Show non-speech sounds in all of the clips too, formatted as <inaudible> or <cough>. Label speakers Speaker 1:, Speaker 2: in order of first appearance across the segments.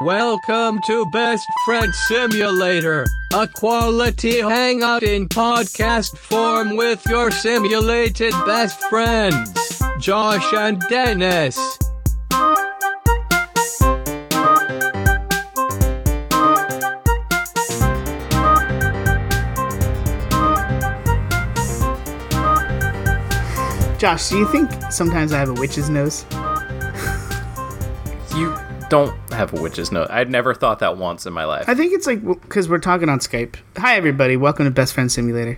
Speaker 1: Welcome to Best Friend Simulator, a quality hangout in podcast form with your simulated best friends, Josh and Dennis.
Speaker 2: Josh, do you think sometimes I have a witch's nose?
Speaker 3: You don't have a witch's nose. I'd never thought that once in my life.
Speaker 2: I think it's like because we're talking on Skype. Hi, everybody. Welcome to Best Friend Simulator.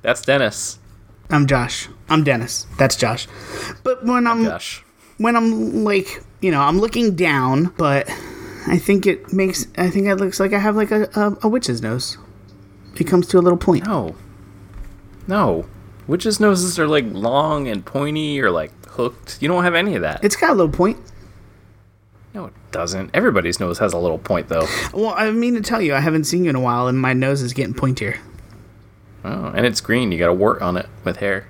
Speaker 3: That's Dennis.
Speaker 2: I'm Josh. I'm Dennis. That's Josh. But when I'm
Speaker 3: Gosh.
Speaker 2: when I'm like you know I'm looking down, but I think it makes I think it looks like I have like a a, a witch's nose. It comes to a little point.
Speaker 3: No. No. Witches' noses are like long and pointy or like hooked. You don't have any of that.
Speaker 2: It's got a little point.
Speaker 3: no, it doesn't. Everybody's nose has a little point though.
Speaker 2: Well, I mean to tell you, I haven't seen you in a while, and my nose is getting pointier.
Speaker 3: Oh, and it's green. You got a wart on it with hair.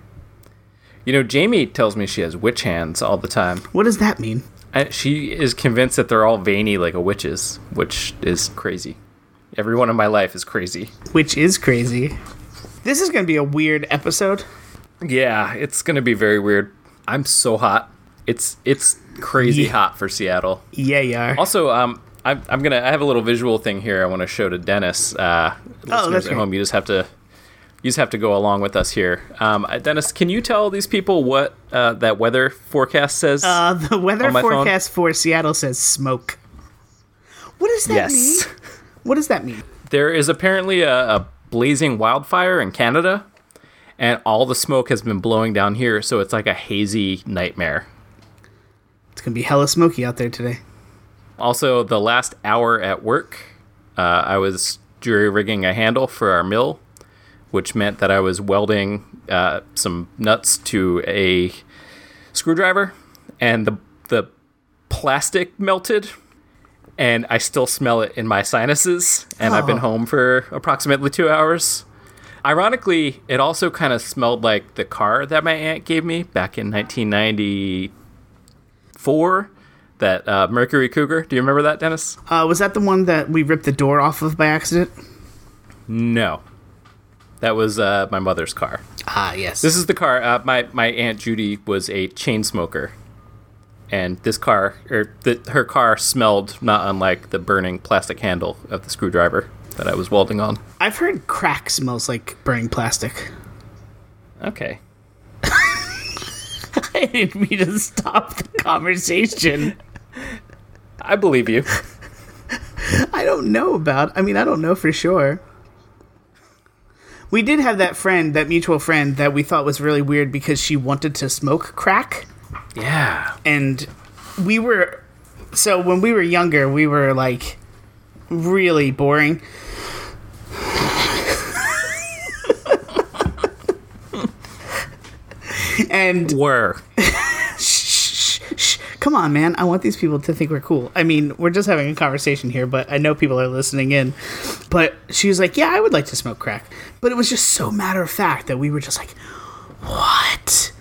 Speaker 3: You know, Jamie tells me she has witch hands all the time.
Speaker 2: What does that mean?
Speaker 3: And she is convinced that they're all veiny like a witch's, which is crazy. Everyone in my life is crazy.
Speaker 2: Which is crazy. This is going to be a weird episode.
Speaker 3: Yeah, it's gonna be very weird. I'm so hot. It's it's crazy hot for Seattle.
Speaker 2: Yeah, you are.
Speaker 3: Also, um, I'm I'm gonna I have a little visual thing here I want to show to Dennis. Uh, listeners
Speaker 2: Oh, that's
Speaker 3: at
Speaker 2: great.
Speaker 3: home, you just have to you just have to go along with us here. Um, uh, Dennis, can you tell these people what uh, that weather forecast says?
Speaker 2: Uh, the weather
Speaker 3: On my phone.
Speaker 2: forecast for Seattle says smoke. What does that
Speaker 3: yes,
Speaker 2: mean? What does that mean?
Speaker 3: there is apparently a, a blazing wildfire in Canada, and all the smoke has been blowing down here, so it's like a hazy nightmare.
Speaker 2: It's gonna be hella smoky out there today.
Speaker 3: Also, the last hour at work, uh, I was jury rigging a handle for our mill, which meant that I was welding uh, some nuts to a screwdriver, and the the plastic melted, and I still smell it in my sinuses. And I've been
Speaker 2: Oh.
Speaker 3: home for approximately two hours. Ironically, it also kind of smelled like the car that my aunt gave me back in 1994. That uh, Mercury Cougar. Do you remember that, Dennis?
Speaker 2: Uh, was that the one that we ripped the door off of by accident?
Speaker 3: No. That was uh, my mother's car.
Speaker 2: Ah, yes.
Speaker 3: This is the car. Uh, my my aunt Judy was a chain smoker, and this car or the, her car smelled not unlike the burning plastic handle of the screwdriver that I was welding on.
Speaker 2: I've heard crack smells like burning plastic. <laughs>
Speaker 3: Okay.
Speaker 2: I didn't mean to stop the conversation.
Speaker 3: I believe you.
Speaker 2: I don't know about. I mean, I don't know for sure. We did have that friend, that mutual friend, that we thought was really weird because she wanted to smoke crack.
Speaker 3: <laughs> Yeah.
Speaker 2: and we were so when we were younger we were like really boring and
Speaker 3: Were.
Speaker 2: shh, shh, come on man i want these people to think we're cool i mean we're just having a conversation here but i know people are listening in but she was like yeah i would like to smoke crack but it was just so matter of fact that we were just like what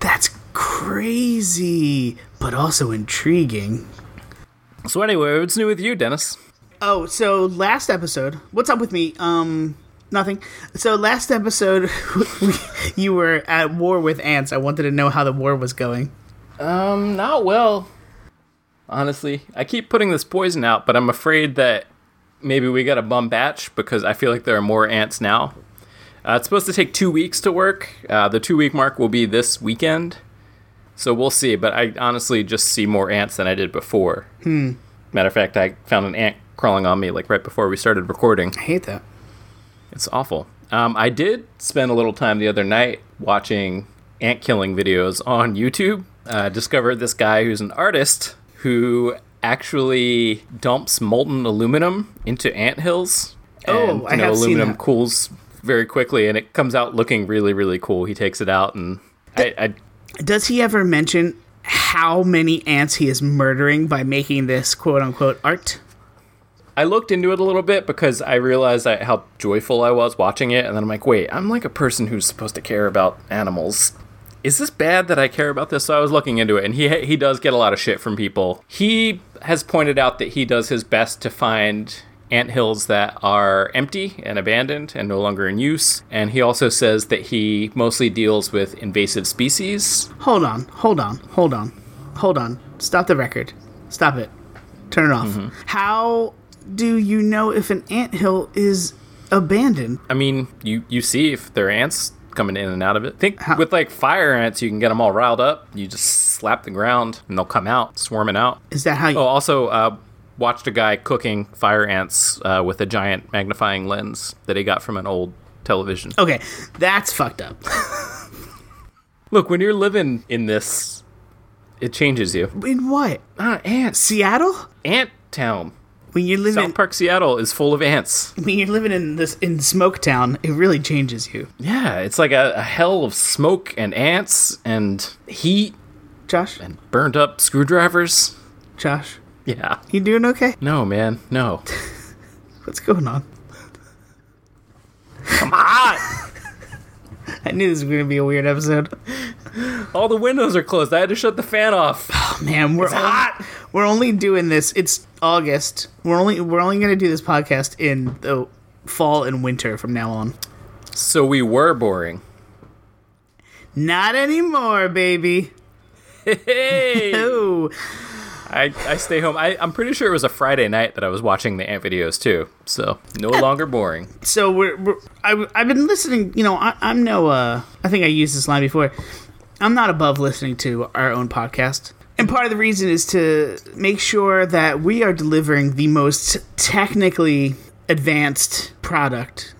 Speaker 2: that's crazy but also intriguing
Speaker 3: So anyway, what's new with you, Dennis?
Speaker 2: Oh, so last episode, what's up with me? Um, nothing. So last episode, <laughs> we, you were at war with ants. I wanted to know how the war was going.
Speaker 3: Um, not well. Honestly, I keep putting this poison out, but I'm afraid that maybe we got a bum batch because I feel like there are more ants now. Uh, it's supposed to take two weeks to work. Uh, the two week mark will be this weekend, so we'll see. But I honestly just see more ants than I did before. Hmm. Matter of fact, I found an ant crawling on me like right before we started recording.
Speaker 2: I hate that.
Speaker 3: It's awful. Um, I did spend a little time the other night watching ant killing videos on YouTube. Uh, discovered this guy who's an artist who actually dumps molten aluminum into ant hills.
Speaker 2: Oh, I have seen
Speaker 3: aluminum
Speaker 2: that.
Speaker 3: cools very quickly, and it comes out looking really, really cool. He takes it out, and I, I
Speaker 2: Does he ever mention how many ants he is murdering by making this quote unquote art?
Speaker 3: I looked into it a little bit because I realized I, how joyful I was watching it, and then I'm like, wait, I'm like a person who's supposed to care about animals, is this bad that I care about this? So I was looking into it, and he he does get a lot of shit from people. He has pointed out that he does his best to find ant hills that are empty and abandoned and no longer in use. And he also says that he mostly deals with invasive species.
Speaker 2: Hold on, hold on, hold on, hold on. Stop the record. Stop it. Turn it off. How do you know if an anthill is abandoned?
Speaker 3: I mean, you you see if there are ants coming in and out of it. Think with like fire ants, you can get them all riled up. You just slap the ground, and they'll come out, swarming out.
Speaker 2: Is that how you.
Speaker 3: Oh, also uh, watched a guy cooking fire ants uh, with a giant magnifying lens that he got from an old television.
Speaker 2: Okay, that's fucked up.
Speaker 3: Look, when you're living in this, it changes you.
Speaker 2: In what?
Speaker 3: Ah, ants,
Speaker 2: Seattle?
Speaker 3: ant town.
Speaker 2: When you're living
Speaker 3: South Park, Seattle is full of ants.
Speaker 2: when you're living in this in Smoketown, it really changes you.
Speaker 3: Yeah, it's like a, a hell of smoke and ants and heat
Speaker 2: Josh?
Speaker 3: and burned up screwdrivers.
Speaker 2: Josh?
Speaker 3: Yeah.
Speaker 2: You doing okay?
Speaker 3: No, man. No.
Speaker 2: What's going on?
Speaker 3: Come on.
Speaker 2: I knew this was going to be a weird episode.
Speaker 3: All the windows are closed. I had to shut the fan off.
Speaker 2: Man, we're on-
Speaker 3: hot.
Speaker 2: we're only doing this. It's August. We're only we're only going to do this podcast in the fall and winter from now on.
Speaker 3: So we were boring.
Speaker 2: Not anymore, baby.
Speaker 3: <laughs> Hey.
Speaker 2: Oh,
Speaker 3: I, I stay home. I, I'm pretty sure it was a Friday night that I was watching the ant videos too. So <laughs> no longer boring.
Speaker 2: so we're, we're I, I've been listening. You know, I, I'm no. Uh, I think I used this line before. I'm not above listening to our own podcast, and part of the reason is to make sure that we are delivering the most technically advanced product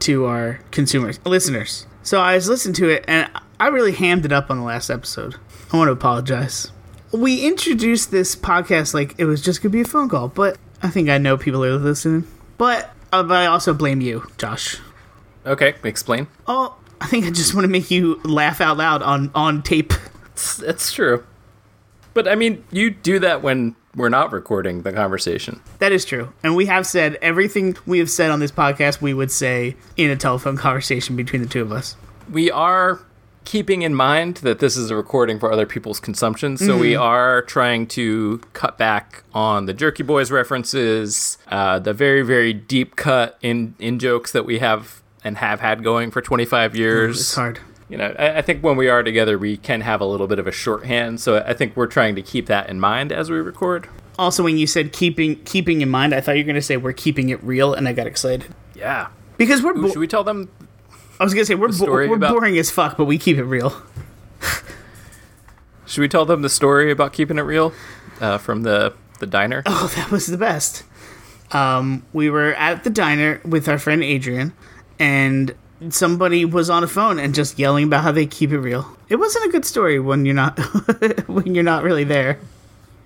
Speaker 2: to our consumers, listeners. So I was listening to it, and I really hammed it up on the last episode. I want to apologize. We introduced this podcast like it was just going to be a phone call, but I think I know people are listening. But, uh, but I also blame you, Josh.
Speaker 3: Okay, explain.
Speaker 2: Oh, I think I just want to make you laugh out loud on, on tape.
Speaker 3: It's, it's true. But I mean, you do that when we're not recording the conversation.
Speaker 2: That is true. And we have said everything we have said on this podcast, we would say in a telephone conversation between the two of us.
Speaker 3: we are keeping in mind that this is a recording for other people's consumption, so
Speaker 2: Mm-hmm.
Speaker 3: we are trying to cut back on the Jerky Boys references, uh, the very very deep cut in in jokes that we have and have had going for 25
Speaker 2: Mm, It's
Speaker 3: years.
Speaker 2: hard.
Speaker 3: You know, I, I think when we are together, we can have a little bit of a shorthand, so I think we're trying to keep that in mind as we record.
Speaker 2: Also, when you said keeping keeping in mind, I thought you were going to say we're keeping it real, and I got excited
Speaker 3: Yeah.
Speaker 2: because we're. Bo-
Speaker 3: Should we tell them?
Speaker 2: I was going to say we're bo-
Speaker 3: story
Speaker 2: we're
Speaker 3: about-
Speaker 2: boring as fuck, but we keep it real.
Speaker 3: Should we tell them the story about keeping it real uh, from the the diner?
Speaker 2: Oh, that <laughs> was the best. Um, we were at the diner with our friend Adrian, and somebody was on a phone and just yelling about how they keep it real. It wasn't a good story when you're not <laughs> when you're not really there.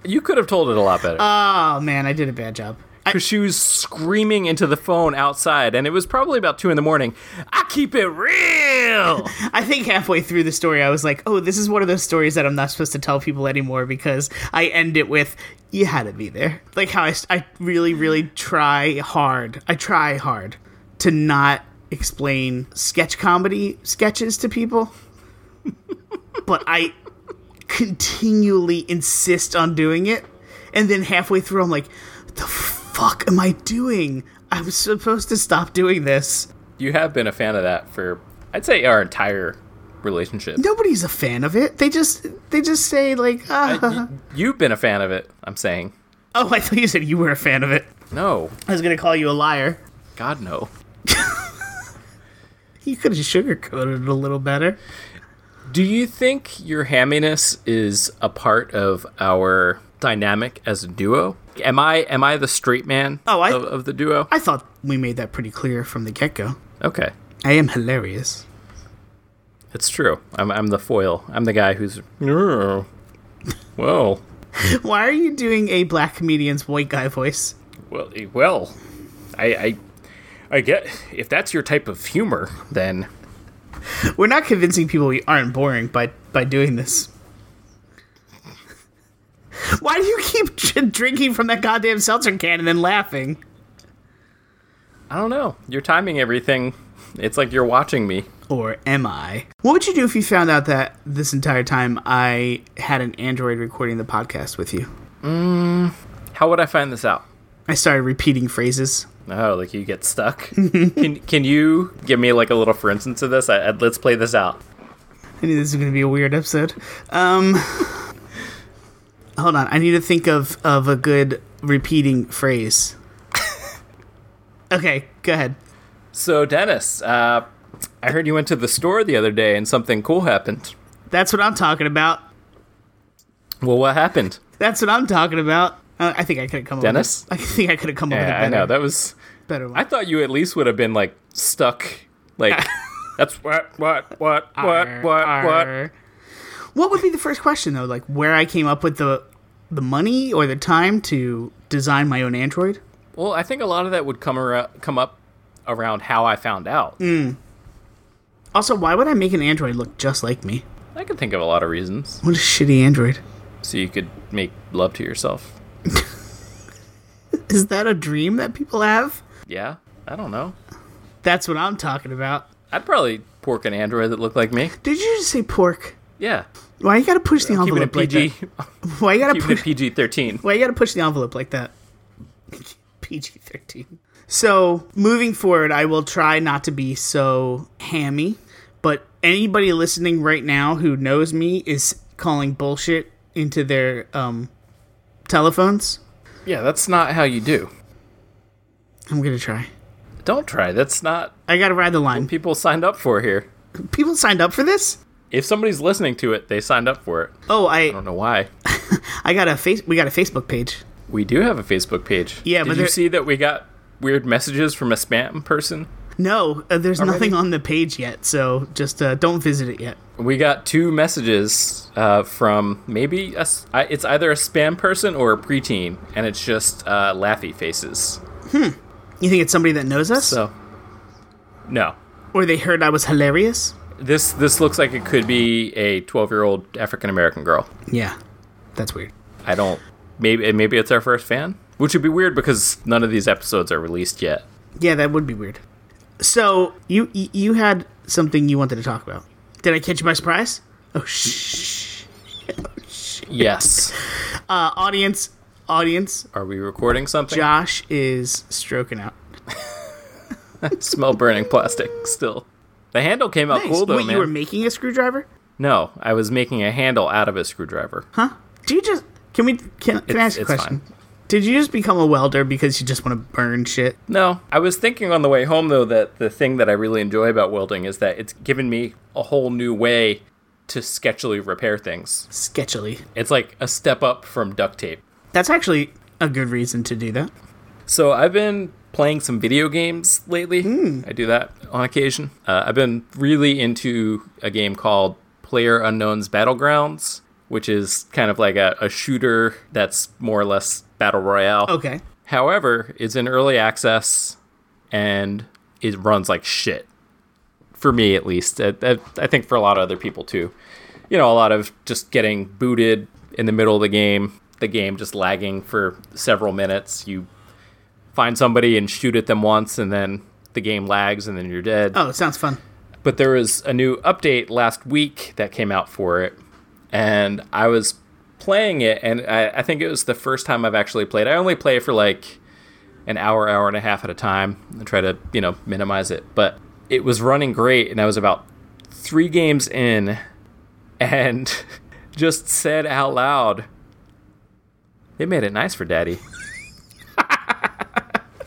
Speaker 3: You could have told it a lot better.
Speaker 2: Oh man, I did a bad job. I,
Speaker 3: because she was screaming into the phone outside, and it was probably about two in the morning. I keep it real.
Speaker 2: I think halfway through the story, I was like, "Oh, this is one of those stories that I'm not supposed to tell people anymore," because I end it with, "You had to be there." Like how I, I really, really try hard. I try hard to not explain sketch comedy sketches to people, <laughs> but I continually insist on doing it, and then halfway through, I'm like, "What "The fuck am I doing?" I'm supposed to stop doing this.
Speaker 3: <laughs> you have been a fan of that for, I'd say, our entire
Speaker 2: <laughs>
Speaker 3: relationship.
Speaker 2: nobody's a fan of it. They just they just say like, ah. <laughs>
Speaker 3: You- You've been a fan of it. I'm saying
Speaker 2: oh, I thought you said you were a fan of it.
Speaker 3: no,
Speaker 2: I was gonna call you a liar.
Speaker 3: God no.
Speaker 2: You could have sugarcoated it a little better.
Speaker 3: Do you think your hamminess is a part of our dynamic as a duo? Am I am I the straight man?
Speaker 2: Oh, I-
Speaker 3: of, of the duo.
Speaker 2: I thought we made that pretty clear from the get go.
Speaker 3: okay,
Speaker 2: I am hilarious. <laughs>
Speaker 3: it's true. I'm I'm the foil. I'm the guy who's. "No." Well,
Speaker 2: Why are you doing a black comedian's white guy voice? <laughs>
Speaker 3: Well, eh, well, I, I, I get if that's your type of humor, then
Speaker 2: We're not convincing people we aren't boring by by doing this. <laughs> Why do you keep <laughs> drinking from that goddamn seltzer can and then laughing?
Speaker 3: I don't know. You're timing everything It's like you're watching me.
Speaker 2: Or am I? What would you do if you found out that this entire time I had an android recording the podcast with you?
Speaker 3: How would I find this out?
Speaker 2: I started repeating phrases.
Speaker 3: Oh, like you get stuck. can can you give me like a little for instance of this? I, I, let's play this out.
Speaker 2: I knew this was going to be a weird episode. Um, hold on, I need to think of of a good repeating phrase. <laughs> okay, go ahead.
Speaker 3: So Dennis, uh, I heard you went to the store the other day and something cool happened.
Speaker 2: That's what I'm talking about.
Speaker 3: Well, what happened?
Speaker 2: That's what I'm talking about. Uh, I think I could have come up with
Speaker 3: Dennis?
Speaker 2: it- I think I could have come up with a
Speaker 3: Yeah,
Speaker 2: better,
Speaker 3: I know that was.
Speaker 2: better one.
Speaker 3: I thought you at least would have been like stuck. Like that's what what what what
Speaker 2: Arr,
Speaker 3: what what.
Speaker 2: arr. What would be the first question though? Like where I came up with the the money or the time to design my own android?
Speaker 3: Well, I think a lot of that would come ar- come up around how I found out.
Speaker 2: Mm. Also, why would I make an android look just like me?
Speaker 3: I can think of a lot of reasons.
Speaker 2: What a shitty android.
Speaker 3: So you could make love to yourself.
Speaker 2: Is that a dream that people have?
Speaker 3: Yeah, I don't know.
Speaker 2: That's what I'm talking about.
Speaker 3: I'd probably pork an android that looked like me.
Speaker 2: Did you just say pork?
Speaker 3: Yeah,
Speaker 2: Why you gotta push the
Speaker 3: keep it a
Speaker 2: envelope like
Speaker 3: PG,
Speaker 2: that? Why you gotta
Speaker 3: keep it
Speaker 2: push?
Speaker 3: a PG thirteen.
Speaker 2: Why you gotta push the envelope like that? <laughs> PG thirteen. So moving forward, I will try not to be so hammy. But anybody listening right now who knows me is calling bullshit into their um, telephones.
Speaker 3: Yeah, that's not how you do.
Speaker 2: I'm gonna try.
Speaker 3: Don't try. That's not
Speaker 2: I gotta ride the
Speaker 3: what
Speaker 2: line.
Speaker 3: people signed up for here.
Speaker 2: People signed up for this.
Speaker 3: If somebody's listening to it, they signed up for it. I
Speaker 2: Oh,
Speaker 3: don't
Speaker 2: I
Speaker 3: know why.
Speaker 2: I got a face. We got a Facebook page.
Speaker 3: We do have a Facebook page.
Speaker 2: Yeah,
Speaker 3: Did
Speaker 2: but
Speaker 3: you
Speaker 2: there-
Speaker 3: see that we got weird messages from a spam person?
Speaker 2: No, uh, there's nothing
Speaker 3: Already?
Speaker 2: on the page yet. So just uh, don't visit it yet.
Speaker 3: We got two messages uh, from maybe a s I it's either a spam person or a preteen, and it's just uh, laughy faces.
Speaker 2: You think it's somebody that knows us?
Speaker 3: So, no,
Speaker 2: or they heard I was hilarious.
Speaker 3: this this looks like it could be a twelve year old African American girl.
Speaker 2: Yeah, that's weird.
Speaker 3: I don't. Maybe maybe it's our first fan, which would be weird because none of these episodes are released yet.
Speaker 2: Yeah, that would be weird. So you you you had something you wanted to talk about. Did I catch you by surprise? Oh shh! <laughs>
Speaker 3: Yes.
Speaker 2: Uh, audience, audience.
Speaker 3: Are we recording something?
Speaker 2: Josh is stroking out.
Speaker 3: Smell burning plastic still. The handle came out
Speaker 2: Nice.
Speaker 3: cool though,
Speaker 2: Wait,
Speaker 3: man.
Speaker 2: you were making a screwdriver?
Speaker 3: no, I was making a handle out of a screwdriver.
Speaker 2: Huh? Do you just? Can we? Can, can I
Speaker 3: It's-
Speaker 2: ask you a
Speaker 3: it's
Speaker 2: question?
Speaker 3: fine.
Speaker 2: Did you just become a welder because you just want to burn shit?
Speaker 3: No, I was thinking on the way home though that the thing that I really enjoy about welding is that it's given me a whole new way to sketchily repair things.
Speaker 2: Sketchily.
Speaker 3: It's like a step up from duct tape.
Speaker 2: That's actually a good reason to do that.
Speaker 3: So I've been playing some video games lately. I do that on occasion. Uh, I've been really into a game called Player Unknown's Battlegrounds, which is kind of like a, a shooter that's more or less battle royale.
Speaker 2: Okay.
Speaker 3: However, it's in early access and it runs like shit. For me, at least. I, I, I think for a lot of other people, too. You know, a lot of just getting booted in the middle of the game, the game just lagging for several minutes. You find somebody and shoot at them once, and then the game lags, and then you're dead.
Speaker 2: Oh, it sounds fun.
Speaker 3: But there was a new update last week that came out for it, and I was playing it, and I, I think it was the first time I've actually played. I only play for like an hour, hour and a half at a time, and try to you know minimize it. But it was running great, and I was about three games in, and <laughs> just said out loud, "They made it nice for Daddy."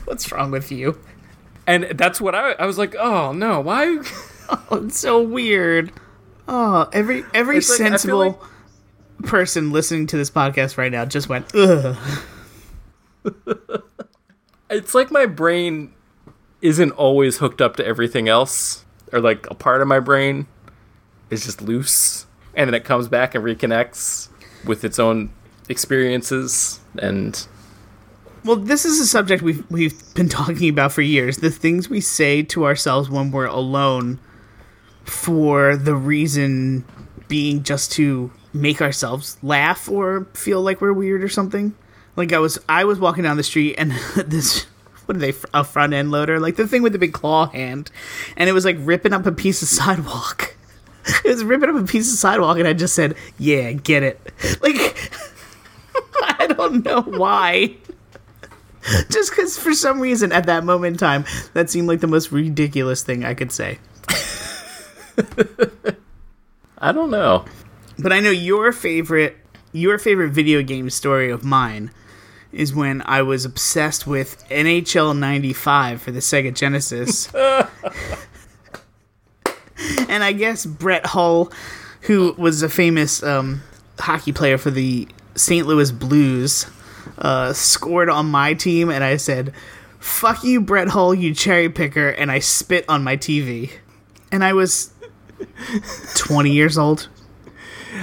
Speaker 2: What's wrong with you?
Speaker 3: And that's what I, I was like, oh no, why?
Speaker 2: Oh, <laughs> it's so weird. Oh, every every
Speaker 3: It's like- I feel
Speaker 2: sensible
Speaker 3: like-
Speaker 2: person listening to this podcast right now just went, ugh.
Speaker 3: it's like my brain isn't always hooked up to everything else or like a part of my brain is just loose and then it comes back and reconnects with its own experiences and
Speaker 2: Well, this is a subject we've we've been talking about for years. The things we say to ourselves when we're alone for the reason being just to make ourselves laugh or feel like we're weird or something. Like I was I was walking down the street and <laughs> this what are they fr- a front end loader like the thing with the big claw hand and it was like ripping up a piece of <laughs> sidewalk it was ripping up a piece of sidewalk and i just said yeah get it <laughs> like i don't know why <laughs> just because for some reason at that moment in time that seemed like the most ridiculous thing i could say
Speaker 3: I don't know.
Speaker 2: But I know your favorite your favorite video game story of mine is when I was obsessed with NHL 95 for the Sega Genesis. and I guess Brett Hull who was a famous um, hockey player for the St. Louis Blues uh, scored on my team and I said, "Fuck you Brett Hull, you cherry picker," and I spit on my TV. And I was 20 years old.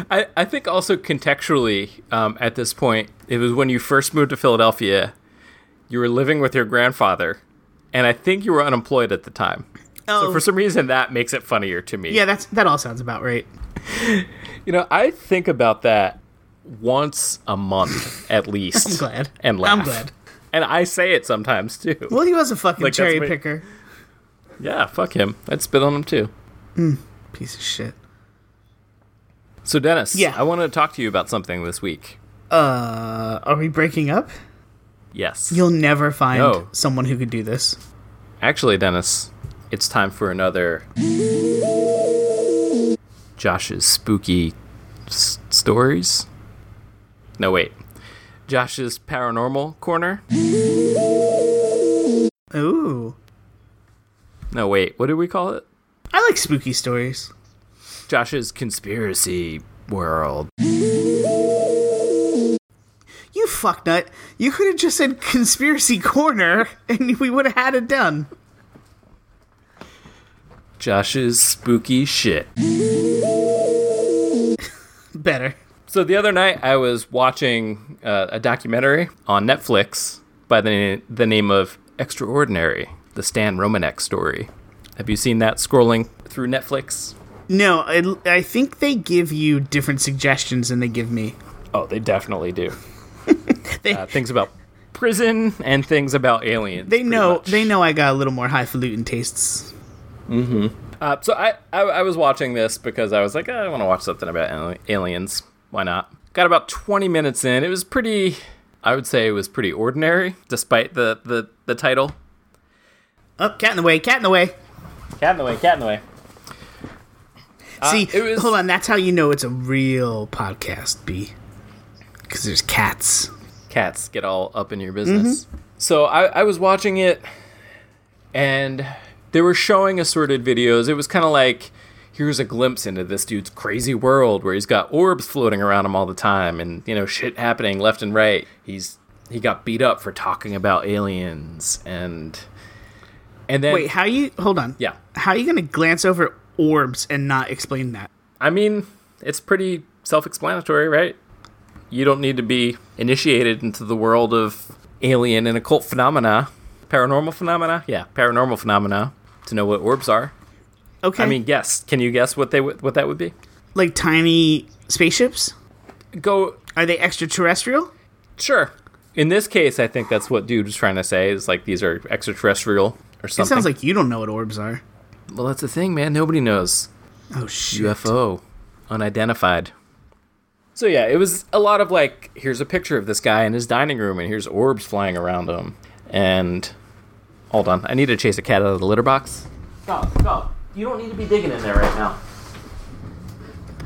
Speaker 3: I, I think also contextually um, at this point, it was when you first moved to Philadelphia. You were living with your grandfather, and I think you were unemployed at the time. So
Speaker 2: Oh.
Speaker 3: for some reason, that makes it funnier to me.
Speaker 2: Yeah, that's that all sounds about right.
Speaker 3: You know, I think about that once a month at least.
Speaker 2: <laughs> I'm glad.
Speaker 3: And laugh.
Speaker 2: I'm glad.
Speaker 3: And I say it sometimes too.
Speaker 2: Well, he was a fucking
Speaker 3: Like, that's
Speaker 2: cherry
Speaker 3: what-
Speaker 2: picker.
Speaker 3: Yeah, fuck him. I'd spit on him too.
Speaker 2: Piece of shit.
Speaker 3: So Dennis,
Speaker 2: Yeah.
Speaker 3: I want to talk to you about something this week.
Speaker 2: Uh, are we breaking up?
Speaker 3: Yes.
Speaker 2: You'll never find
Speaker 3: No.
Speaker 2: someone who could do this.
Speaker 3: Actually, Dennis, it's time for another Josh's spooky s- stories. No, wait. Josh's paranormal corner.
Speaker 2: Ooh,
Speaker 3: No, wait. What did we call it?
Speaker 2: I like spooky stories.
Speaker 3: Josh's conspiracy world.
Speaker 2: You fucknut. You could have just said conspiracy <laughs> corner, and we would have had it done.
Speaker 3: Josh's spooky shit.
Speaker 2: Better.
Speaker 3: So the other night, I was watching uh, a documentary on Netflix by the the name of Extraordinary: The Stan Romanek Story. Have you seen that scrolling through Netflix?
Speaker 2: No, I, I think they give you different suggestions than they give me.
Speaker 3: Oh, they definitely do.
Speaker 2: <laughs> They-
Speaker 3: uh, things about prison and things about aliens.
Speaker 2: They
Speaker 3: pretty
Speaker 2: know.
Speaker 3: much.
Speaker 2: They know I got a little more highfalutin tastes.
Speaker 3: Uh, so I, I I was watching this because I was like, "Oh, I want to watch something about ali- aliens. Why not? Got about 20 minutes in. It was pretty. I would say it was pretty ordinary, despite the the, the title.
Speaker 2: Up, Oh, cat in the way. Cat in the way.
Speaker 3: Cat in the way. Cat in the way.
Speaker 2: See,
Speaker 3: it was-
Speaker 2: hold on. That's how you know it's a real podcast, B. Because there's cats.
Speaker 3: cats get all up in your business. So I, I was watching it, and they were showing assorted videos. It was kind of like, here's a glimpse into this dude's crazy world where he's got orbs floating around him all the time, and you know shit happening left and right. He's he got beat up for talking about aliens, and and then
Speaker 2: Wait, how you? Hold on.
Speaker 3: Yeah.
Speaker 2: How are you gonna glance over orbs and not explain that?
Speaker 3: I mean, it's pretty self-explanatory, right? You don't need to be initiated into the world of alien and occult phenomena, paranormal phenomena. Yeah, paranormal phenomena to know what orbs are.
Speaker 2: Okay.
Speaker 3: I mean, guess. Can you guess what they would what that would be?
Speaker 2: like tiny spaceships?
Speaker 3: Go
Speaker 2: Are they extraterrestrial?
Speaker 3: sure. In this case, I think that's what dude was trying to say is like these are extraterrestrial or
Speaker 2: It
Speaker 3: something.
Speaker 2: sounds like you don't know what orbs are.
Speaker 3: well, that's the thing, man. Nobody knows.
Speaker 2: Oh shit.
Speaker 3: UFO, unidentified. So yeah, it was a lot of like, here's a picture of this guy in his dining room, and here's orbs flying around him. And hold on, I need to chase a cat out of the litter box. Stop! Stop! You don't need to be digging in there right now.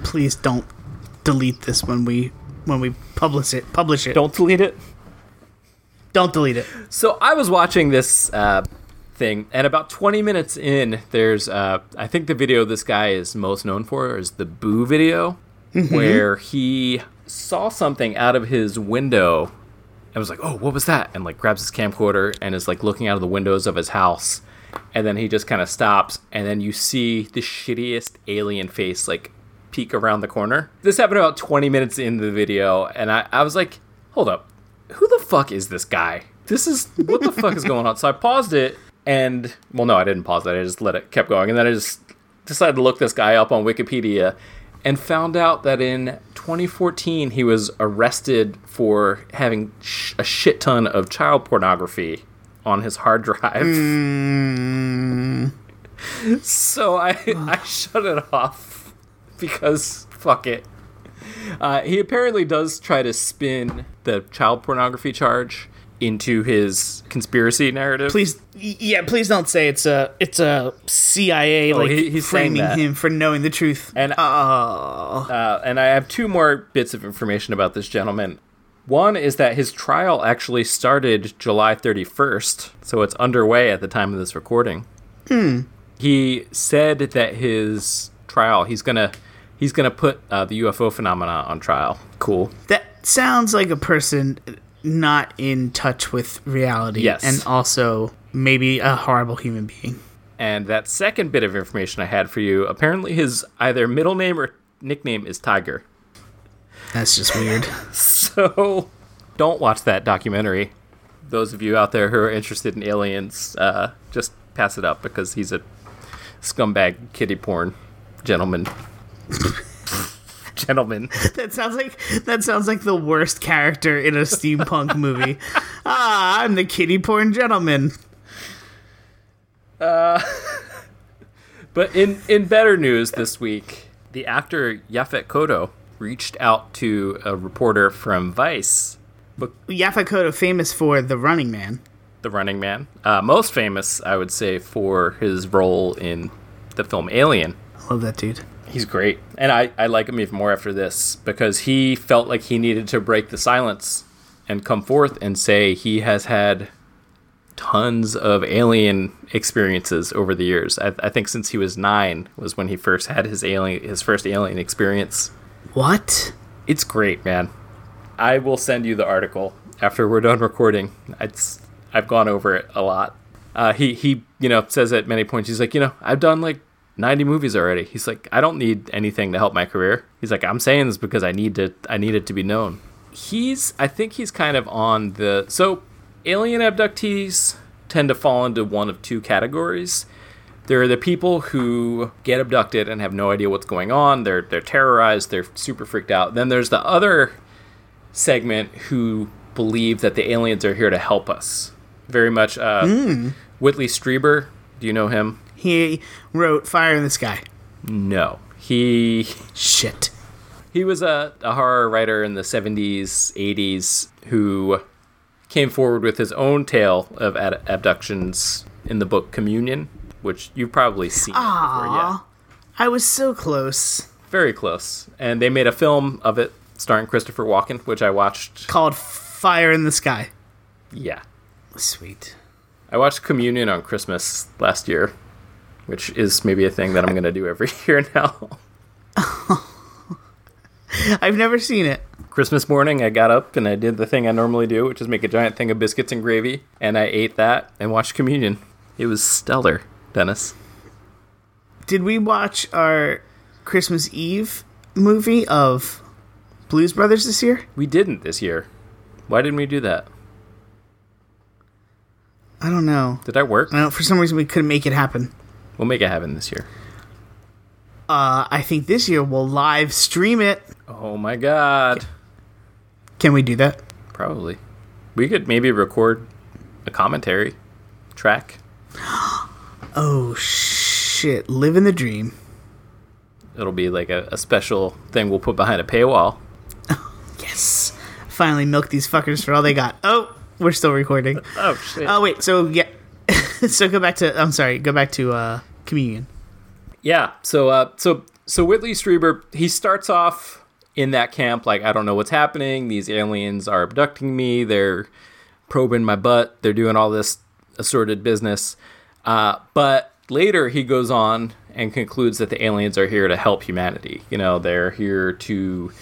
Speaker 2: Please don't delete this when we when we publish it. Publish it.
Speaker 3: Don't delete it.
Speaker 2: don't delete it.
Speaker 3: So I was watching this uh, thing, and about 20 minutes in, there's uh, I think the video this guy is most known for is the Boo video, where he saw something out of his window. and was like, "Oh, what was that?" And like grabs his camcorder and is like looking out of the windows of his house, and then he just kind of stops, and then you see the shittiest alien face like peek around the corner. This happened about 20 minutes into the video, and I, I was like, "Hold up, who the fuck is this guy? This is what the fuck is going on? So I paused it and well no, I didn't pause it. I just let it kept going and then I just decided to look this guy up on Wikipedia and found out that in 2014 he was arrested for having sh- a shit ton of child pornography on his hard drive. so I, <laughs> I shut it off because fuck it. Uh, he apparently does try to spin the child pornography charge into his conspiracy narrative.
Speaker 2: Please, y- yeah, please don't say it's a it's a CIA like
Speaker 3: he- he's saying
Speaker 2: framing
Speaker 3: that.
Speaker 2: him for knowing the truth.
Speaker 3: And uh, and I have two more bits of information about this gentleman. One is that his trial actually started July 31st, so it's underway at the time of this recording. He said that his trial, he's gonna he's gonna put uh, the UFO phenomena on trial. Cool.
Speaker 2: That sounds like a person not in touch with reality.
Speaker 3: Yes.
Speaker 2: and also maybe a horrible human being.
Speaker 3: And that second bit of information I had for you, apparently his either middle name or nickname is Tiger.
Speaker 2: That's just weird.
Speaker 3: <laughs> So don't watch that documentary. Those of you out there who are interested in aliens, uh, just pass it up because he's a scumbag kitty porn gentleman. <laughs> gentleman.
Speaker 2: that sounds like that sounds like the worst character in a steampunk movie. Ah, I'm the kitty porn gentleman.
Speaker 3: But in, in better news this week, the actor Yaphet Kodo reached out to a reporter from Vice,
Speaker 2: Yafakota, famous for The Running Man.
Speaker 3: the running man, uh, most famous, I would say, for his role in the film Alien.
Speaker 2: I love that dude.
Speaker 3: He's great. And I, I like him even more after this because he felt like he needed to break the silence and come forth and say he has had tons of alien experiences over the years. I, I think since he was nine was when he first had his alien his first alien experience.
Speaker 2: What?
Speaker 3: It's great, man. I will send you the article after we're done recording. It's I've gone over it a lot. Uh, he he, you know, says at many points he's like, you know, I've done like 90 movies already. He's like, I don't need anything to help my career. He's like, I'm saying this because I need to I need it to be known. He's I think he's kind of on the so alien abductees tend to fall into one of two categories. There are the people who get abducted and have no idea what's going on. They're they're terrorized. They're super freaked out. Then there's the other segment who believe that the aliens are here to help us. Very much. Uh, Whitley Strieber. Do you know him?
Speaker 2: He wrote Fire in the Sky.
Speaker 3: No. He
Speaker 2: Shit.
Speaker 3: he was a, a horror writer in the 70s, 80s who came forward with his own tale of ad- abductions in the book Communion, which you've probably seen. Before, yeah.
Speaker 2: I was so close.
Speaker 3: Very close. And they made a film of it starring Christopher Walken, which I watched.
Speaker 2: Called Fire in the Sky.
Speaker 3: Yeah.
Speaker 2: Sweet.
Speaker 3: I watched Communion on Christmas last year, which is maybe a thing that I'm going to do every <laughs> year now.
Speaker 2: I've never seen it.
Speaker 3: Christmas morning, I got up and I did the thing I normally do, which is make a giant thing of biscuits and gravy, and I ate that and watched Communion. It was stellar, Dennis.
Speaker 2: Did we watch our Christmas Eve movie of Blues Brothers this year?
Speaker 3: We didn't this year. Why didn't we do that?
Speaker 2: I don't know.
Speaker 3: Did I work?
Speaker 2: I don't, for some reason, we couldn't make it happen.
Speaker 3: We'll make it happen this year.
Speaker 2: Uh, I think this year we'll live stream it.
Speaker 3: Oh my god.
Speaker 2: Can we do that?
Speaker 3: Probably. We could maybe record a commentary track.
Speaker 2: Oh, shit. Living the dream.
Speaker 3: It'll be like a, a special thing we'll put behind a paywall.
Speaker 2: Yes. Finally milk these fuckers for all they got. Oh, we're still recording.
Speaker 3: <laughs> Oh shit.
Speaker 2: Oh wait, so yeah. <laughs> so go back to I'm sorry, go back to uh communion.
Speaker 3: Yeah. So uh so so Whitley Strieber, he starts off in that camp like I don't know what's happening. These aliens are abducting me. They're probing my butt. They're doing all this assorted business. Uh but later he goes on and concludes that the aliens are here to help humanity. You know, they're here to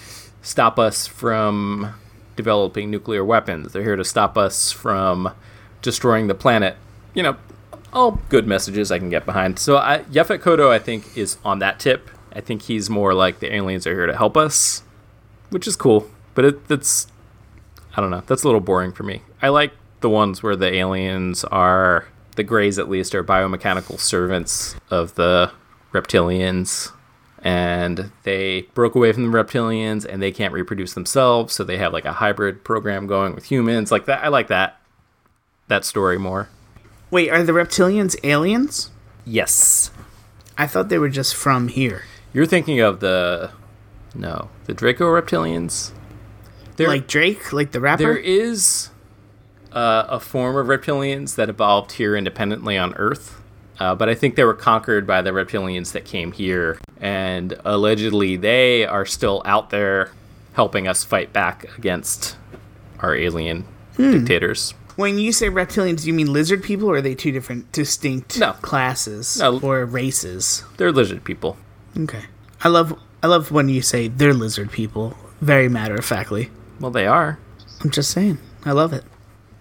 Speaker 3: stop us from developing nuclear weapons. They're here to stop us from destroying the planet. You know, all good messages I can get behind. So I, Yefet Kodo, I think, is on that tip. I think he's more like the aliens are here to help us, which is cool. But it, that's, I don't know, that's a little boring for me. I like the ones where the aliens are, the Greys at least, are biomechanical servants of the reptilians. And they broke away from the reptilians and they can't reproduce themselves. So they have like a hybrid program going with humans. Like that. I like that that story more.
Speaker 2: Wait, are the reptilians aliens?
Speaker 3: Yes.
Speaker 2: I thought they were just from here.
Speaker 3: You're thinking of the no, the Draco reptilians. There,
Speaker 2: like Drake, like the rapper?
Speaker 3: there is uh, a form of reptilians that evolved here independently on Earth, uh, but I think they were conquered by the reptilians that came here, and allegedly they are still out there helping us fight back against our alien dictators.
Speaker 2: When you say reptilians, do you mean lizard people, or are they two different, distinct
Speaker 3: No.
Speaker 2: classes
Speaker 3: No.
Speaker 2: or races?
Speaker 3: They're lizard people.
Speaker 2: Okay, I love I love when you say they're lizard people. Very matter of factly.
Speaker 3: Well, they are.
Speaker 2: I'm just saying, I love it.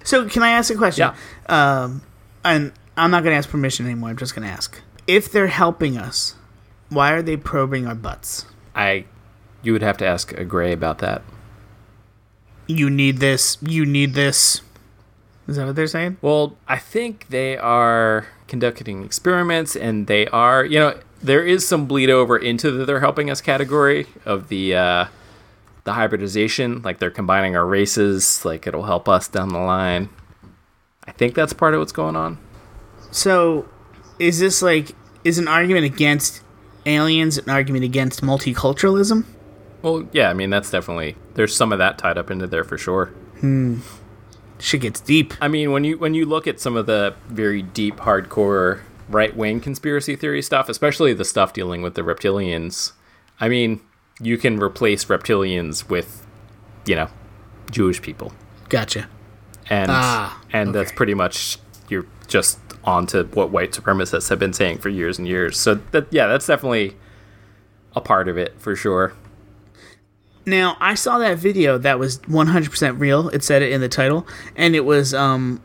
Speaker 2: So, can I ask a question?
Speaker 3: Yeah.
Speaker 2: Um, and I'm not going to ask permission anymore. I'm just going to ask if they're helping us. Why are they probing our butts?
Speaker 3: I, you would have to ask a gray about that.
Speaker 2: You need this. You need this. Is that what they're saying?
Speaker 3: Well, I think they are conducting experiments, and they are, you know, there is some bleed over into the "they're helping us" category of the uh, the hybridization. Like they're combining our races, like it'll help us down the line. I think that's part of what's going on.
Speaker 2: So, is this like is an argument against aliens an argument against multiculturalism?
Speaker 3: Well, yeah, I mean that's definitely there's some of that tied up into there for sure.
Speaker 2: Shit gets deep.
Speaker 3: I mean, when you when you look at some of the very deep, hardcore right wing conspiracy theory stuff, especially the stuff dealing with the reptilians, I mean, you can replace reptilians with, you know, Jewish people,
Speaker 2: Gotcha.
Speaker 3: and
Speaker 2: Ah,
Speaker 3: and that's
Speaker 2: okay.
Speaker 3: pretty much you're just onto what white supremacists have been saying for years and years. So that yeah, that's definitely a part of it for sure.
Speaker 2: Now, I saw that video that was 100% real. It said it in the title and it was um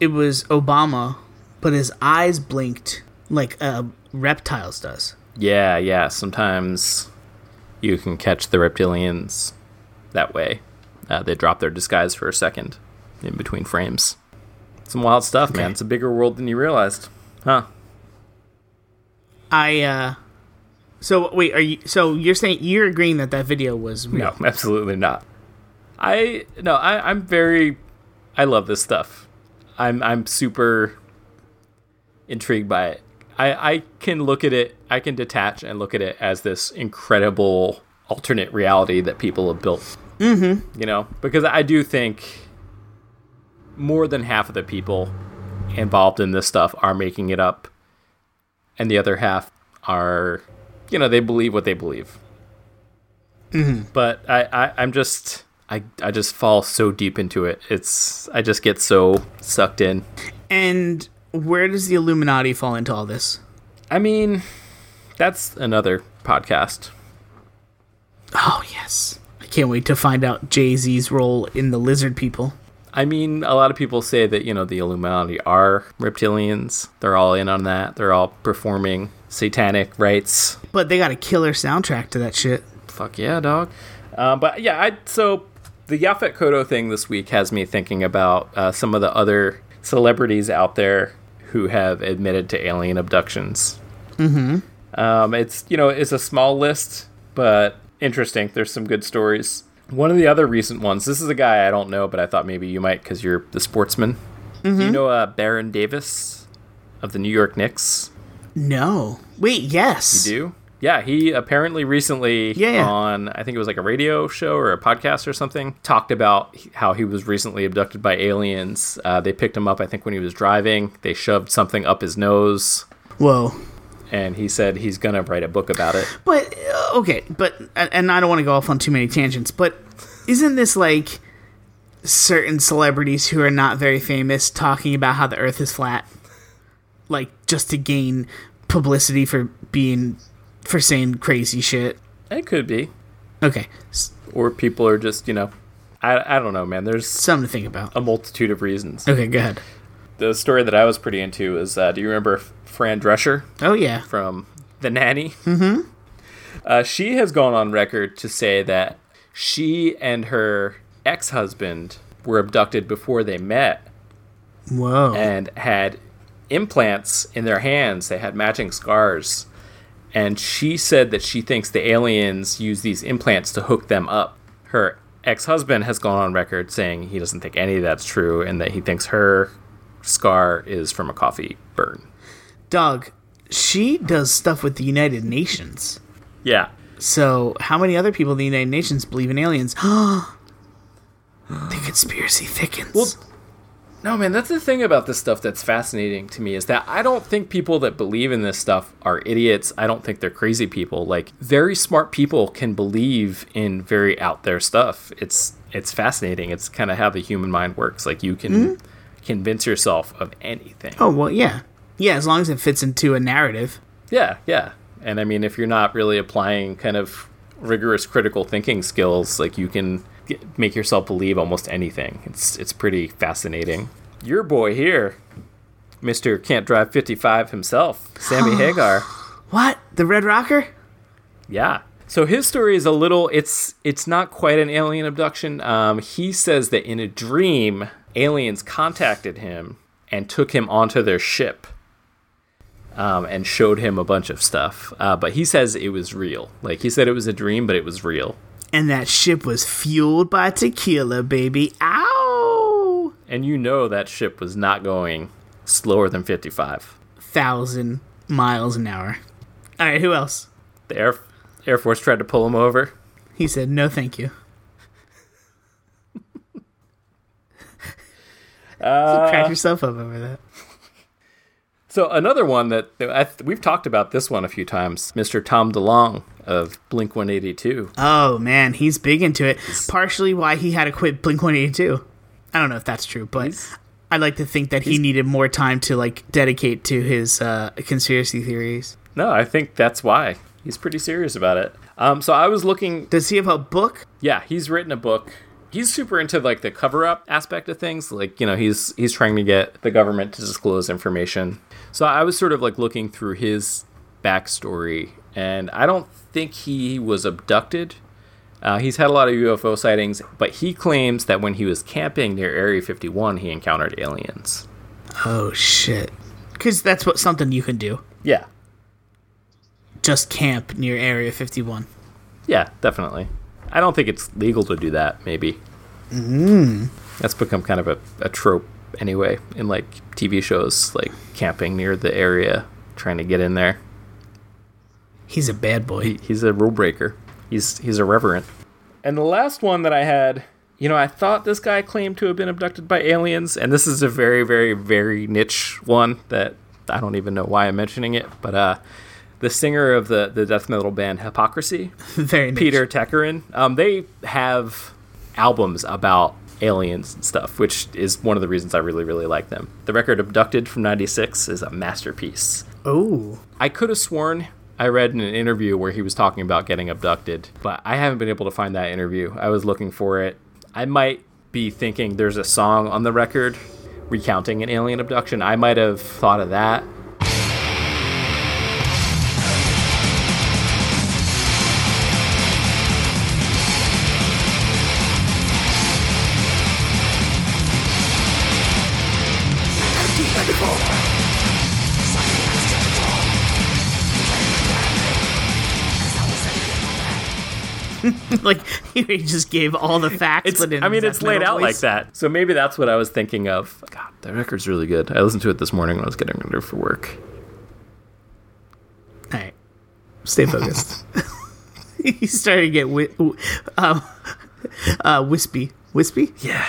Speaker 2: it was Obama, but his eyes blinked like uh reptiles does.
Speaker 3: Yeah, yeah. Sometimes you can catch the reptilians that way. Uh, they drop their disguise for a second in between frames. Some wild stuff, man. It's a bigger world than you realized, huh?
Speaker 2: I uh so wait, are you so you're saying you're agreeing that that video was real?
Speaker 3: No, absolutely not. I no, I, I'm very. I love this stuff. I'm I'm super intrigued by it. I I can look at it. I can detach and look at it as this incredible alternate reality that people have built. Mm-hmm. You know, because I do think more than half of the people involved in this stuff are making it up, and the other half are, you know, they believe what they believe but I, I I'm just I I just fall so deep into it. It's I just get so sucked in.
Speaker 2: And where does the Illuminati fall into all this?
Speaker 3: I mean, that's another podcast.
Speaker 2: Oh yes. I can't wait to find out Jay-Z's role in the lizard people.
Speaker 3: I mean, a lot of people say that you know the Illuminati are reptilians. They're all in on that. They're all performing satanic rites.
Speaker 2: But they got a killer soundtrack to that shit.
Speaker 3: Fuck yeah, dog. Uh, but yeah, I so the Yaphet Kodo thing this week has me thinking about uh, some of the other celebrities out there who have admitted to alien abductions. Mm-hmm. Um, it's you know it's a small list, but interesting. There's some good stories. One of the other recent ones. This is a guy I don't know, but I thought maybe you might because you're the sportsman. Do you know uh, Baron Davis of the New York Knicks?
Speaker 2: No. Wait, yes.
Speaker 3: do. Yeah, he apparently recently
Speaker 2: Yeah, yeah.
Speaker 3: on I think it was like a radio show or a podcast or something talked about how he was recently abducted by aliens. Uh, they picked him up I think when he was driving. They shoved something up his nose,
Speaker 2: Whoa.
Speaker 3: and he said he's gonna write a book about it.
Speaker 2: But uh, okay, but and- and I don't want to go off on too many tangents, but isn't this like certain celebrities who are not very famous talking about how the earth is flat? Like just to gain publicity for being for saying crazy shit.
Speaker 3: It could be,
Speaker 2: Okay. s-
Speaker 3: or people are just you know, I I don't know, man. There's
Speaker 2: Something to think about.
Speaker 3: a multitude of reasons.
Speaker 2: Okay, go ahead.
Speaker 3: The story that I was pretty into is uh, do you remember Fran Drescher?
Speaker 2: Oh yeah.
Speaker 3: from The Nanny. Mm-hmm. Uh, she has gone on record to say that she and her ex husband were abducted before they met
Speaker 2: Whoa.
Speaker 3: and had implants in their hands. They had matching scars. And she said that she thinks the aliens use these implants to hook them up. Her ex husband has gone on record saying he doesn't think any of that's true and that he thinks her scar is from a coffee burn.
Speaker 2: Dog, she does stuff with the United Nations.
Speaker 3: Yeah.
Speaker 2: So, how many other people in the United Nations believe in aliens? <gasps> the conspiracy thickens.
Speaker 3: No, man, that's the thing about this stuff that's fascinating to me is that I don't think people that believe in this stuff are idiots. I don't think they're crazy people. Like very smart people can believe in very out there stuff. It's it's fascinating. It's kind of how the human mind works. Like you can convince yourself of anything.
Speaker 2: oh, well, yeah. Yeah, as long as it fits into a narrative.
Speaker 3: Yeah, yeah. And I mean, if you're not really applying kind of rigorous critical thinking skills, like you can get, make yourself believe almost anything. It's it's pretty fascinating. Your boy here, Mister Can't Drive 55 himself, <gasps> Sammy Hagar.
Speaker 2: What? The Red Rocker?
Speaker 3: Yeah. So his story is a little. It's it's not quite an alien abduction. Um, he says that in a dream, aliens contacted him and took him onto their ship, um, and showed him a bunch of stuff. Uh, but he says it was real. Like he said, it was a dream, but it was real.
Speaker 2: And that ship was fueled by tequila, baby. Ow!
Speaker 3: And you know that ship was not going slower than fifty-five.
Speaker 2: Thousand miles an hour. All right, who else?
Speaker 3: The air Air Force tried to pull him over.
Speaker 2: He said, no, thank you. <laughs> you crack yourself up over that.
Speaker 3: So another one that I th- we've talked about this one a few times, Mr. Tom DeLong of Blink 182.
Speaker 2: Oh, man, he's big into it. Partially why he had to quit Blink 182. I don't know if that's true, but I'd like to think that he needed more time to, like, dedicate to his uh, conspiracy theories.
Speaker 3: No, I think that's why he's pretty serious about it. Um, so I was looking.
Speaker 2: Does he have a book?
Speaker 3: Yeah, he's written a book. He's super into like the cover-up aspect of things. Like you know, he's he's trying to get the government to disclose information. So I was sort of like looking through his backstory, and I don't think he was abducted. Uh, he's had a lot of UFO sightings, but he claims that when he was camping near Area 51, he encountered aliens.
Speaker 2: Oh, shit. Because that's what something you can do.
Speaker 3: Yeah,
Speaker 2: Just camp near Area 51.
Speaker 3: Yeah, definitely. I don't think it's legal to do that, maybe. Mm. That's become kind of a, a trope anyway in like TV shows, like camping near the area, trying to get in there.
Speaker 2: He's a bad boy.
Speaker 3: He's a rule breaker. He's he's irreverent. And the last one that I had, you know, I thought this guy claimed to have been abducted by aliens, and this is a very, very, very niche one that I don't even know why I'm mentioning it, but uh the singer of the, the death metal band Hypocrisy
Speaker 2: <laughs> Very niche.
Speaker 3: Peter Tekarin. Um, they have albums about aliens and stuff, which is one of the reasons I really, really like them. The record Abducted from 96 is a masterpiece.
Speaker 2: Oh,
Speaker 3: I could have sworn I read in an interview where he was talking about getting abducted, but I haven't been able to find that interview. I was looking for it. I might be thinking there's a song on the record recounting an alien abduction. I might have thought of that.
Speaker 2: <laughs> like <laughs> he just gave all the facts.
Speaker 3: It's,
Speaker 2: but in
Speaker 3: I mean,
Speaker 2: that
Speaker 3: it's laid
Speaker 2: metal
Speaker 3: out like
Speaker 2: voice.
Speaker 3: that. So maybe that's what I was thinking of. God, the record's really good. I listened to it this morning when I was getting ready for work.
Speaker 2: All right, stay focused. <laughs> He's starting to get wi- w- um, uh, wispy. Wispy?
Speaker 3: Yeah.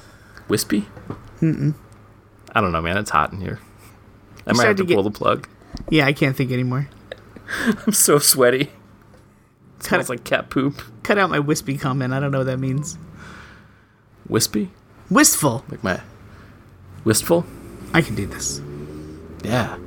Speaker 3: <laughs> Wispy? Mm-mm. I don't know, man. It's hot in here. I might
Speaker 2: started
Speaker 3: have
Speaker 2: to
Speaker 3: to
Speaker 2: get-
Speaker 3: pull the plug.
Speaker 2: Yeah, I can't think anymore.
Speaker 3: <laughs> I'm so sweaty. It
Speaker 2: Cut,
Speaker 3: smells like cat poop.
Speaker 2: cut out my wispy comment. I don't know what that means.
Speaker 3: Wispy?
Speaker 2: Wistful.
Speaker 3: Like my. Wistful?
Speaker 2: I can do this.
Speaker 3: Yeah.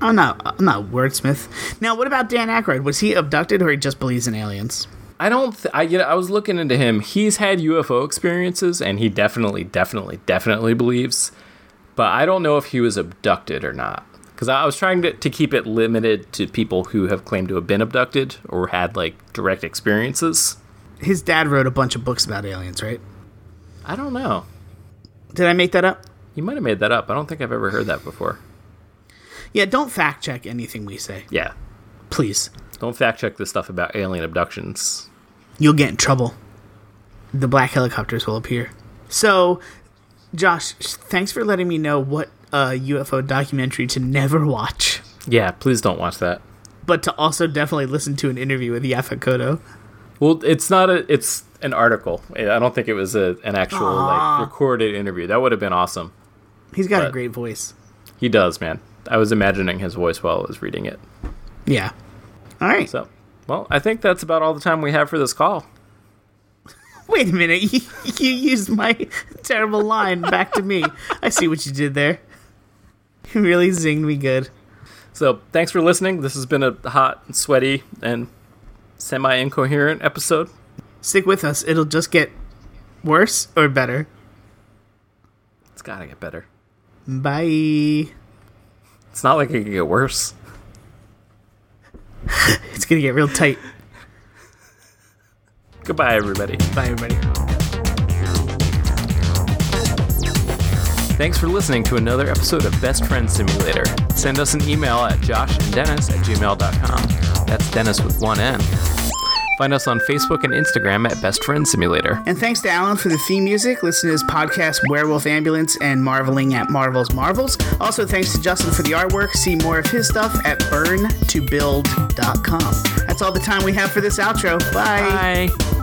Speaker 2: I'm not. I'm not a wordsmith. Now, what about Dan Aykroyd? Was he abducted, or he just believes in aliens?
Speaker 3: I don't. Th- I you know, I was looking into him. He's had UFO experiences, and he definitely, definitely, definitely believes. But I don't know if he was abducted or not. Because I was trying to, to keep it limited to people who have claimed to have been abducted or had like direct experiences.
Speaker 2: His dad wrote a bunch of books about aliens, right?
Speaker 3: I don't know.
Speaker 2: Did I make that up?
Speaker 3: You might have made that up. I don't think I've ever heard that before.
Speaker 2: Yeah. Don't fact check anything we say,
Speaker 3: Yeah.
Speaker 2: please.
Speaker 3: Don't fact check this stuff about alien abductions.
Speaker 2: you'll get in trouble. The black helicopters will appear. So Josh, thanks for letting me know what uh, UFO documentary to never watch,
Speaker 3: Yeah, please don't watch that.
Speaker 2: but to also definitely listen to an interview with Yafakoto.
Speaker 3: Well, it's not a. It's an article. I don't think it was a, an actual like recorded interview. That would have been awesome.
Speaker 2: He's got a
Speaker 3: But-
Speaker 2: great voice.
Speaker 3: He does, man. I was imagining his voice while I was reading it.
Speaker 2: Yeah. All right.
Speaker 3: So, well, I think that's about all the time we have for this call.
Speaker 2: Wait a minute. <laughs> You, you used my terrible line back to me. I see what you did there. You really zinged me good.
Speaker 3: So, thanks for listening. This has been a hot, and sweaty, and semi incoherent episode.
Speaker 2: Stick with us. It'll just get worse or better.
Speaker 3: It's got to get better.
Speaker 2: Bye.
Speaker 3: It's not like it can get worse.
Speaker 2: It's going to get real tight.
Speaker 3: Goodbye, everybody.
Speaker 2: Bye, everybody.
Speaker 3: Thanks for listening to another episode of Best Friend Simulator. Send us an email at joshanddennis at gmail.com. That's Dennis with one N. Find us on Facebook and Instagram at Best Friend Simulator.
Speaker 2: And thanks to Alan for the theme music. Listen to his podcast, Werewolf Ambulance and Marveling at Marvel's Marvels. Also, thanks to Justin for the artwork. See more of his stuff at burntobuild.com. That's all the time we have for this outro. Bye.
Speaker 3: Bye.